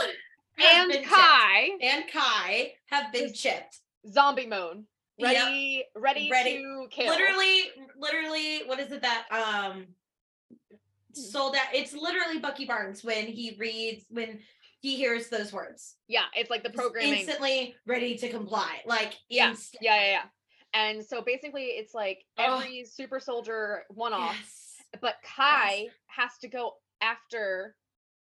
B: Halo have
A: and
B: been chipped.
A: Kai
B: and Kai have been
A: Just
B: chipped.
A: zombie moan
B: Yep.
A: ready ready,
B: Ready.
A: to kill.
B: Literally, literally, what is it that um
A: Mm.
B: sold out? It's literally Bucky Barnes when he reads when he hears those words.
A: Yeah, it's like the
B: Just
A: programming.
B: instantly ready to comply. Like
A: Yeah,
B: inst-
A: Yeah, yeah, yeah. And so basically it's like
B: Ugh.
A: every super soldier one off,
B: Yes.
A: but Kai has to go after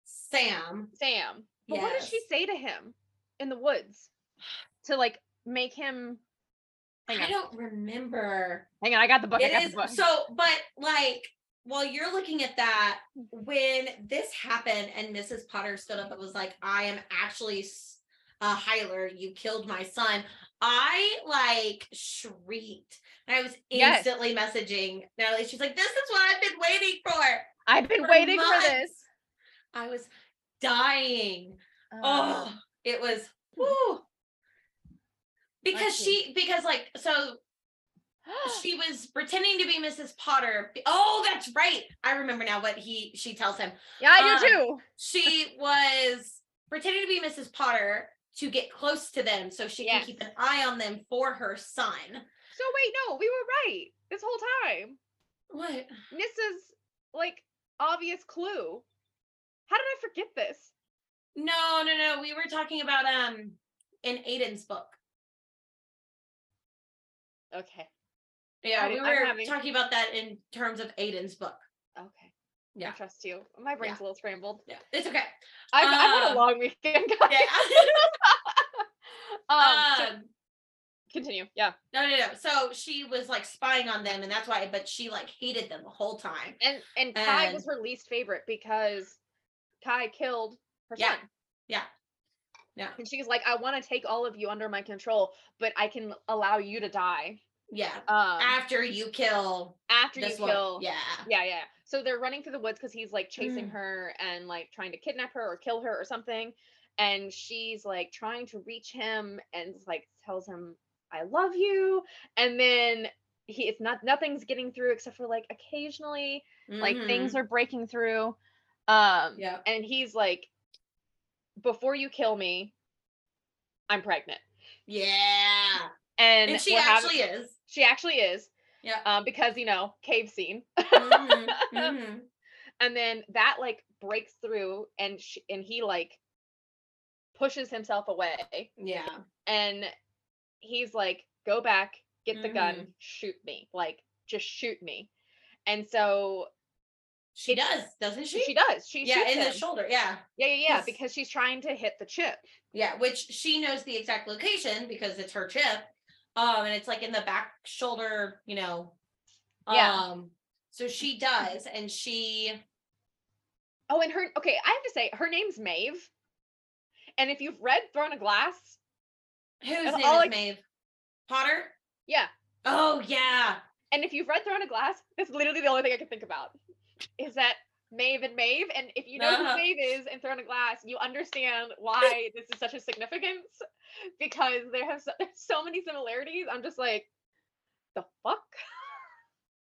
B: Sam.
A: Sam. But what does she
B: Yes.
A: say to him in the woods to like make him hang
B: I
A: on?
B: don't remember.
A: Hang on, I got the book. I got
B: It
A: the book.
B: is so, but like while you're looking at that,
A: Mm.
B: when this happened and Mrs. Potter stood up and was like, I am actually s- a Hyler, you killed my son. I like shrieked. And I was
A: Yes.
B: instantly messaging Natalie. She's like, This is what I've been waiting for.
A: I've been
B: for
A: waiting
B: months."
A: for this.
B: I was dying.
A: Uh,
B: Oh, it was
A: Hmm.
B: whew. because
A: see.
B: she because like so she was pretending to be Mrs. Potter. Oh, that's right. I remember now what he she tells him.
A: yeah, I do
B: um,
A: too.
B: She was pretending to be Mrs. Potter to get close to them so she
A: Yes.
B: can keep an eye on them for her son.
A: So wait, no, we were right this whole time.
B: What?
A: This is like obvious clue. How did I forget this?
B: No, no, no. We were talking about um in Aiden's book.
A: Okay.
B: Yeah,
A: I-
B: Uh, we
A: I'm
B: were
A: having-
B: talking about that in terms of Aiden's book.
A: Okay. I
B: Yeah.
A: trust you. My brain's a little scrambled.
B: Yeah. It's okay.
A: I've, I've had a
B: Um,
A: long weekend, guys.
B: Yeah.
A: Um, so
B: um
A: continue. Yeah.
B: No, no, no. So she was like spying on them, and that's why. But she like hated them the whole time.
A: And and Kai was
B: and-
A: her least favorite because Kai killed her
B: Yeah.
A: son.
B: Yeah. Yeah.
A: And she's like, I want to take all of you under my control, but I can allow you to die.
B: Yeah.
A: Um,
B: After you kill
A: after you
B: this
A: kill.
B: one, yeah, Mm.
A: Yeah, yeah. So they're running through the woods because he's like chasing her and like trying to kidnap her or kill her or something. And she's like trying to reach him and like tells him, I love you. And then he it's not nothing's getting through except for like occasionally
B: Mm-hmm.
A: like things are breaking through. Um
B: Yeah.
A: and he's like, Before you kill me, I'm pregnant.
B: Yeah.
A: And,
B: And, she
A: we're having-
B: actually is.
A: she actually is.
B: Yeah.
A: Um, because you know, cave scene.
B: Mhm, mhm.
A: and then that like breaks through and sh- and he like pushes himself away
B: Yeah.
A: and he's like go back get the gun
B: Mhm.
A: shoot me like just shoot me and so
B: She
A: It's-
B: does, doesn't she?
A: she, does she
B: yeah,
A: shoots
B: in the
A: him.
B: shoulder. Yeah.
A: yeah yeah yeah
B: 'cause-
A: because she's trying to hit the chip
B: Yeah. Which she knows the exact location because it's her chip. Um, and it's like in the back shoulder, you know.
A: Yeah.
B: Um, so she does, and she
A: oh and her okay i have to say her name's maeve and if you've read Throne of Glass,
B: Whose
A: And
B: name
A: all
B: is
A: I-
B: Maeve? Potter?
A: yeah,
B: Oh yeah.
A: and if you've read Throne of Glass, that's literally the only thing I can think about is that Maeve and Maeve. And if you know
B: Uh-huh.
A: who Maeve is and Throne of Glass, you understand why this is such a significance because they have so, there's so many similarities. I'm just like, the fuck?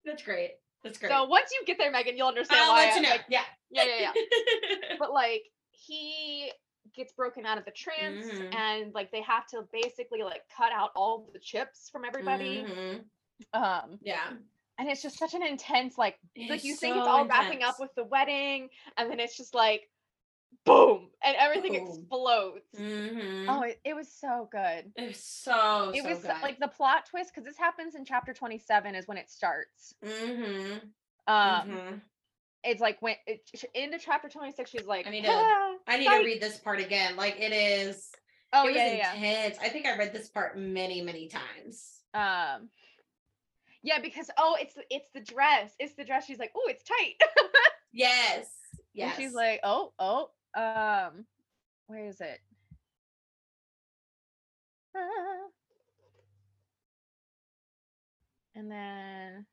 B: That's great. That's great.
A: So once you get there, Megan, you'll understand
B: I'll
A: why.
B: let
A: I-
B: you know.
A: like,
B: yeah.
A: yeah, yeah, yeah. but like he gets broken out of the trance
B: Mhm.
A: and like they have to basically like cut out all the chips from everybody.
B: Mhm.
A: Um
B: Yeah.
A: and it's just such an intense like
B: It
A: like
B: is
A: you think it's
B: so
A: all wrapping up
B: intense.
A: with the wedding and then it's just like boom and everything
B: Boom.
A: explodes
B: Mhm.
A: oh it, it was so good
B: It's so
A: it
B: Oh, so
A: was so-
B: good.
A: like the plot twist because this happens in chapter 27 is when it starts
B: mm-hmm.
A: um it's like when it, sh- into chapter 26 she's like
B: I need to-
A: "Ah,
B: I need
A: psych."
B: to read this part again. Like it is
A: oh
B: it was
A: yeah yeah, yeah
B: intense. I think I read this part many, many times.
A: um yeah because oh it's the- it's the dress it's the dress she's like oh it's tight
B: Yes.
A: And
B: Yes.
A: she's like oh oh um where is it Ah. and then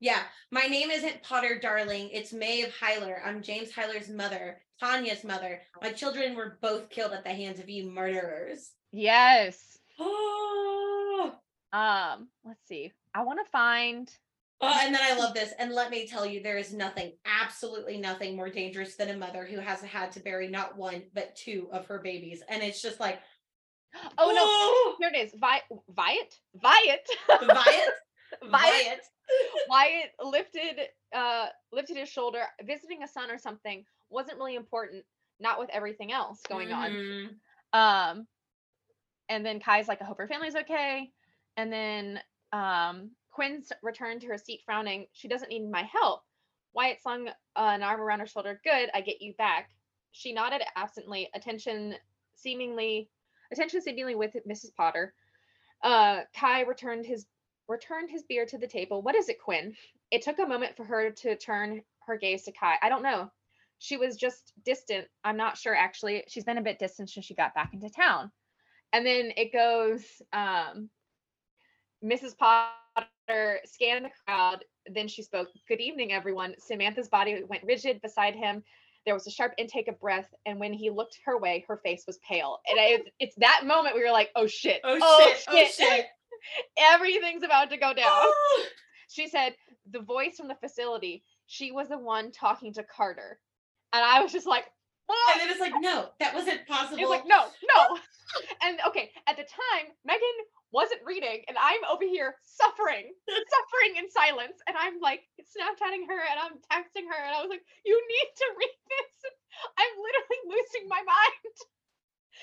B: Yeah. My name isn't Potter, darling. It's Maeve Heiler. I'm James Heiler's mother, Tanya's mother. My children were both killed at the hands of you murderers.
A: yes
B: Oh.
A: um let's see i want to find
B: Oh, and then I love this. And let me tell you, there is nothing, absolutely nothing more dangerous than a mother who has had to bury not one, but two of her babies. And it's just like,
A: oh no here it is Vi- Wyatt Wyatt
B: no. Viet,
A: Wyatt
B: Viet.
A: Wyatt lifted uh lifted his shoulder, visiting a son or something wasn't really important, not with everything else going
B: Mhm.
A: on. Um and then Kai's like, I hope her family's okay. And then um Quinn's returned to her seat frowning. She doesn't need my help. Wyatt slung uh, an arm around her shoulder. Good, I get you back. She nodded absently, attention seemingly attention seemingly with Mrs. Potter. Uh Kai returned his returned his beer to the table. What is it, Quinn? It took a moment for her to turn her gaze to Kai. I don't know. She was just distant. I'm not sure actually. She's been a bit distant since she got back into town. And then it goes um Mrs. Potter scanned the crowd. Then she spoke, Good evening, everyone. Samantha's body went rigid beside him. There was a sharp intake of breath, and when he looked her way, her face was pale. And I, it's that moment we were like, "Oh shit!
B: Oh, shit. Oh, shit.
A: Everything's about to go down."
B: Oh.
A: She said, the voice from the facility, she was the one talking to Carter. And I was just like, what?
B: And then it's like, no, that wasn't
A: It was
B: possible.
A: like, no, no. and okay, at the time, Megan wasn't reading, and I'm over here suffering, suffering in silence. And I'm like Snapchatting her and I'm texting her, and I was like, you need to read this. I'm literally losing my mind.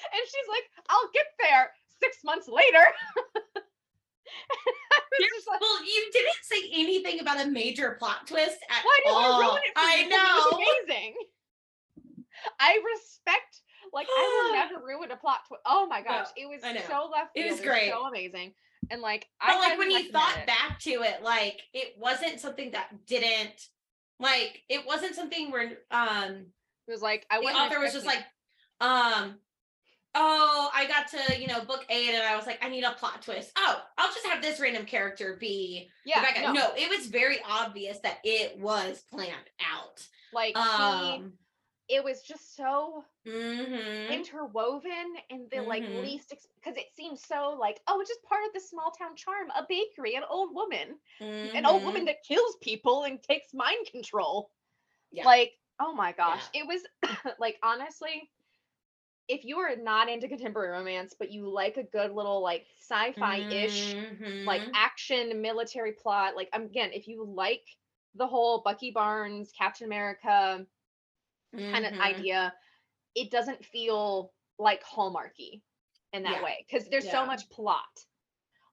A: And she's like, I'll get there six months later. I was
B: Yeah,
A: just like,
B: Well, you didn't say anything about a major plot twist at
A: Why do you
B: all.
A: want to ruin it for
B: Oh, I
A: me? 'Cause
B: know.
A: It was amazing. I respect. Like I will never ruin a plot twist. Oh my
B: No,
A: gosh, it was
B: I know.
A: so left.
B: It
A: field,
B: was
A: so
B: great.
A: amazing. And like I
B: But like
A: highly
B: when you
A: recommend
B: thought
A: it.
B: back to it, like it wasn't something that didn't like it wasn't something where um
A: it was like I
B: the
A: wasn't.
B: author was just like, um, oh, I got to, you know, book eight and I was like, I need a plot twist. Oh, I'll just have this random character be
A: expecting- yeah,
B: the bad guy.
A: no,
B: No, it was very obvious that it was planned out.
A: like
B: Um
A: he, it was just so
B: mhm.
A: interwoven in the like
B: Mhm.
A: least because it seemed so like oh it's just part of the small town charm, a bakery, an old woman. an old
B: Mm-hmm.
A: woman that kills people and takes mind control.
B: Yeah.
A: Like, oh my gosh. It was like honestly, if you are not into contemporary romance, but you like a good little like
B: mm-hmm,
A: sci-fi-ish, like
B: Mhm.
A: action military plot, like um, again, if you like the whole Bucky Barnes, Captain America kind of
B: Mhm.
A: idea, it doesn't feel like hallmarky in that
B: Yeah.
A: way. Because there's
B: Yeah.
A: so much plot.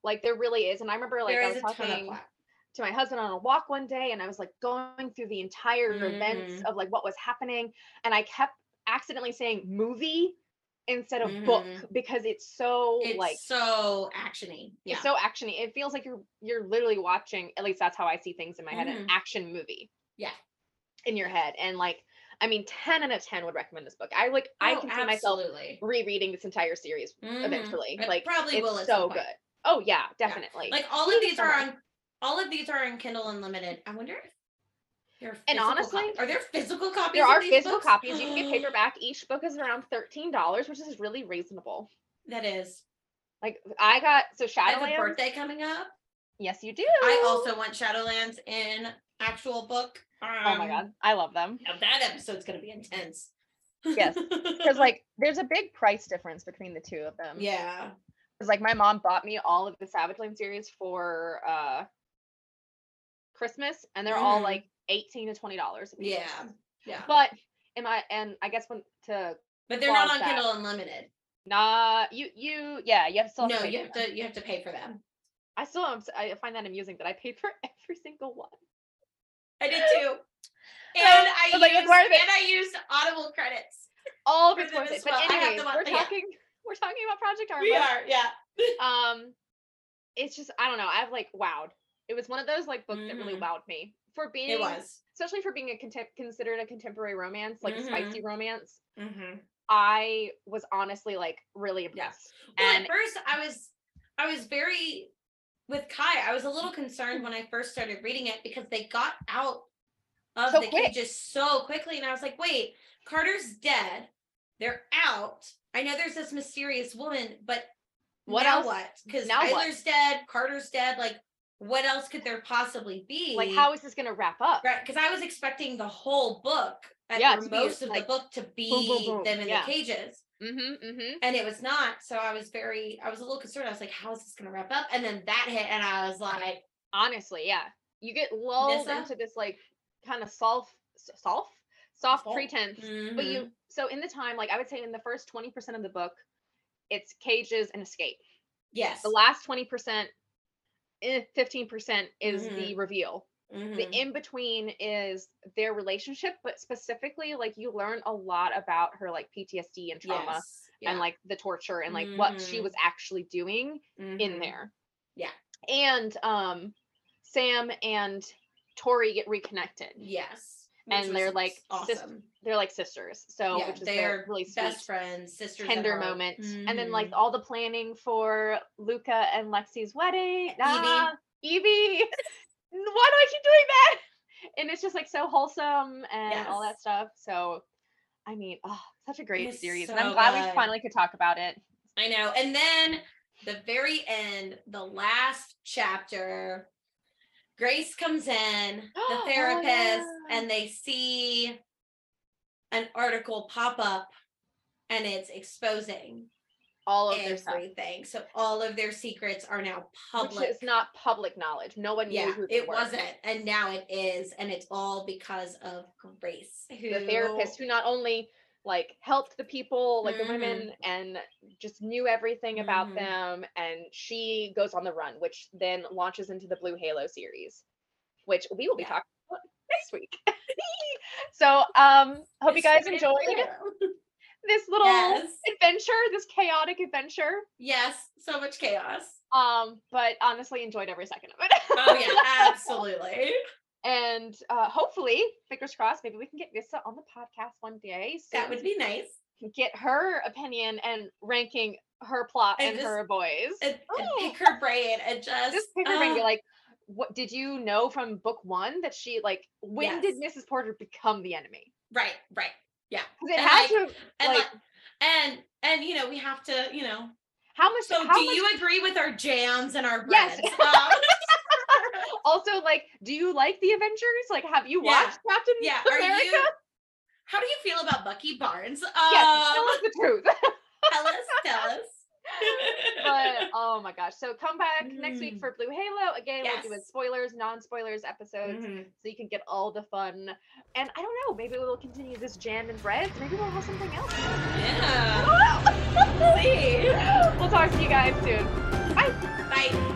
A: Like there really is. And I remember like
B: There
A: I
B: is
A: was
B: a ton of
A: talking
B: plot.
A: to my husband on a walk one day and I was like going through the entire events
B: Mm.
A: of like what was happening and I kept accidentally saying movie instead of book
B: Mhm.
A: because it's so
B: It's
A: like
B: so actiony. Yeah.
A: it's so actiony. It feels like you're you're literally watching at least that's how I see things in my head an
B: Mhm.
A: action movie.
B: Yeah.
A: In your head and like I mean 10 out of 10 would recommend this book. I like I
B: Oh,
A: can see myself
B: absolutely.
A: rereading this entire series
B: Mhm.
A: eventually.
B: I
A: Like
B: probably
A: it's
B: will at some
A: so
B: point.
A: good. Oh yeah, definitely.
B: Like all of
A: Read it
B: these are
A: somewhere.
B: on all of these are on Kindle Unlimited. I wonder if There are
A: And
B: physical
A: honestly,
B: cop- are there physical copies?
A: There
B: of
A: are
B: these
A: physical
B: books?
A: copies. You can get paperback. Each book is around thirteen dollars, which is really reasonable.
B: That is.
A: Like I got so
B: I have a
A: Shadowlands.
B: birthday coming up.
A: Yes, you do.
B: I also want Shadowlands in actual book.
A: Oh my
B: Um,
A: god, I love them.
B: Now that episode's gonna be intense.
A: Yes, Because like there's a big price difference between the two of them.
B: Um, yeah.
A: Because like my mom bought me all of the Savage Land series for uh Christmas, and they're all
B: Mhm.
A: like eighteen to twenty dollars.
B: Yeah. Yeah.
A: But am I and I guess when to
B: But they're
A: Love
B: not on
A: that.
B: Kindle Unlimited.
A: nah you you yeah you have to still
B: No,
A: pay
B: you
A: for
B: have
A: them.
B: to you have to pay for them.
A: I still am, I find that amusing that I paid for every single one.
B: I did too. And I
A: was like, it's
B: used,
A: worth it.
B: and I used Audible credits.
A: All of
B: For
A: it's
B: them
A: worth it.
B: as
A: But
B: well. I have
A: anyways,
B: them on-
A: we're
B: yeah.
A: talking we're talking about Project Arma.
B: We are, yeah.
A: um it's just i don't know i've like wowed it was one of those like books that really
B: Mhm.
A: wowed me for being
B: It was.
A: especially for being a contem- considered a contemporary romance like
B: Mhm.
A: a spicy romance
B: Mm-hmm.
A: i was honestly like really impressed
B: Well,
A: and
B: at first I was I was very with Kai, I was a little concerned when I first started reading it because they got out of
A: So
B: the
A: quick.
B: cages so quickly. And I was like, wait, Carter's dead. They're out. I know there's this mysterious woman, but
A: What
B: now
A: else-
B: what? Because
A: now what?
B: Tyler's dead, Carter's dead. Like, what else could there possibly be?
A: like how is this gonna wrap up
B: Right, because I was expecting the whole book, at
A: Yeah,
B: or
A: to be,
B: most of
A: like,
B: the book, to be
A: boom,
B: them in
A: yeah.
B: the cages
A: mm-hmm mm-hmm
B: and it was not. So I was very, I was a little concerned. I was like, how is this going to wrap up? And then that hit, and I was like,
A: honestly yeah you get lulled
B: Nissa?
A: into this like kind of soft soft soft
B: Soft.
A: pretense but
B: Mm-hmm.
A: you so in the time like i would say in the first 20% of the book it's cages and escape
B: yes,
A: the last 20% eh, 15% is the
B: Mhm.
A: reveal
B: Mhm.
A: the in between is their relationship but specifically like you learn a lot about her like ptsd and trauma
B: Yes. Yeah.
A: and like the torture and like what she
B: Mhm.
A: was actually doing in
B: Mhm.
A: there
B: Yeah.
A: and um sam and tori get reconnected
B: Yes.
A: and
B: Which
A: they're,
B: was
A: like, sis-
B: awesome.
A: they're like sisters so
B: yeah,
A: which is
B: they're
A: the really sweet
B: best friends, sisters, at
A: tender
B: heart.
A: moment and then like
B: Mhm.
A: all the planning for luca and lexi's wedding
B: Evie.
A: ah, evie, why do i keep doing that and it's just like so wholesome and all that
B: Yes.
A: stuff so i mean oh, such a great
B: It's
A: series and i'm
B: so
A: glad we
B: good.
A: finally could talk about it
B: I know. And then the very end, the last chapter, Grace comes in, the
A: Oh,
B: therapist,
A: yeah.
B: and they see an article pop up and it's exposing
A: all of their stuff
B: everything. So all of their secrets are now
A: which
B: public.
A: is not public knowledge no one
B: Yeah,
A: knew who they
B: it
A: were.
B: wasn't. And now it is. And it's all because of Grace. Who,
A: the therapist who not only like helped the people like the
B: Mhm.
A: women and just knew everything about
B: Mhm.
A: them and she goes on the run which then launches into the blue halo series which we will be
B: Yeah.
A: talking about next week so um hope you guys
B: Mr.
A: enjoyed
B: Blue.
A: this little
B: Yes.
A: adventure this chaotic adventure
B: Yes. So much chaos.
A: um but honestly enjoyed every second of it
B: Oh, yeah. Absolutely.
A: and uh hopefully fingers crossed maybe we can get Vissa on the podcast one day
B: That
A: soon.
B: would be nice.
A: get her opinion and ranking her plot
B: And
A: and,
B: just-
A: her boys.
B: and, and
A: Oh.
B: pick her brain and just,
A: Just pick her brain and be
B: uh,
A: like, what did you know from book one that she like when did Mrs. Porter become the enemy?
B: right, right.
A: 'Cause it
B: And,
A: had
B: like,
A: to
B: And
A: like
B: like, and and you know, we have to, you know.
A: how much
B: So
A: how
B: do
A: much,
B: you agree with our jams and our breads?
A: Yes.
B: Um,
A: also like do you like the Avengers? Like have you
B: Yeah.
A: watched Captain
B: yeah. Are
A: America?
B: you how do you feel about Bucky Barnes? Um
A: yes, tell us the truth.
B: tell us, tell us.
A: but oh my gosh. So come back next week
B: Mm.
A: for Blue Halo. Again, we'll do a
B: Yes.
A: spoilers, non-spoilers episodes.
B: Mhm.
A: so you can get all the fun. And I don't know, maybe we'll continue this jam and bread. Maybe we'll have something else.
B: Yeah.
A: I
B: See.
A: don't know. we'll talk to you guys soon. Bye.
B: Bye.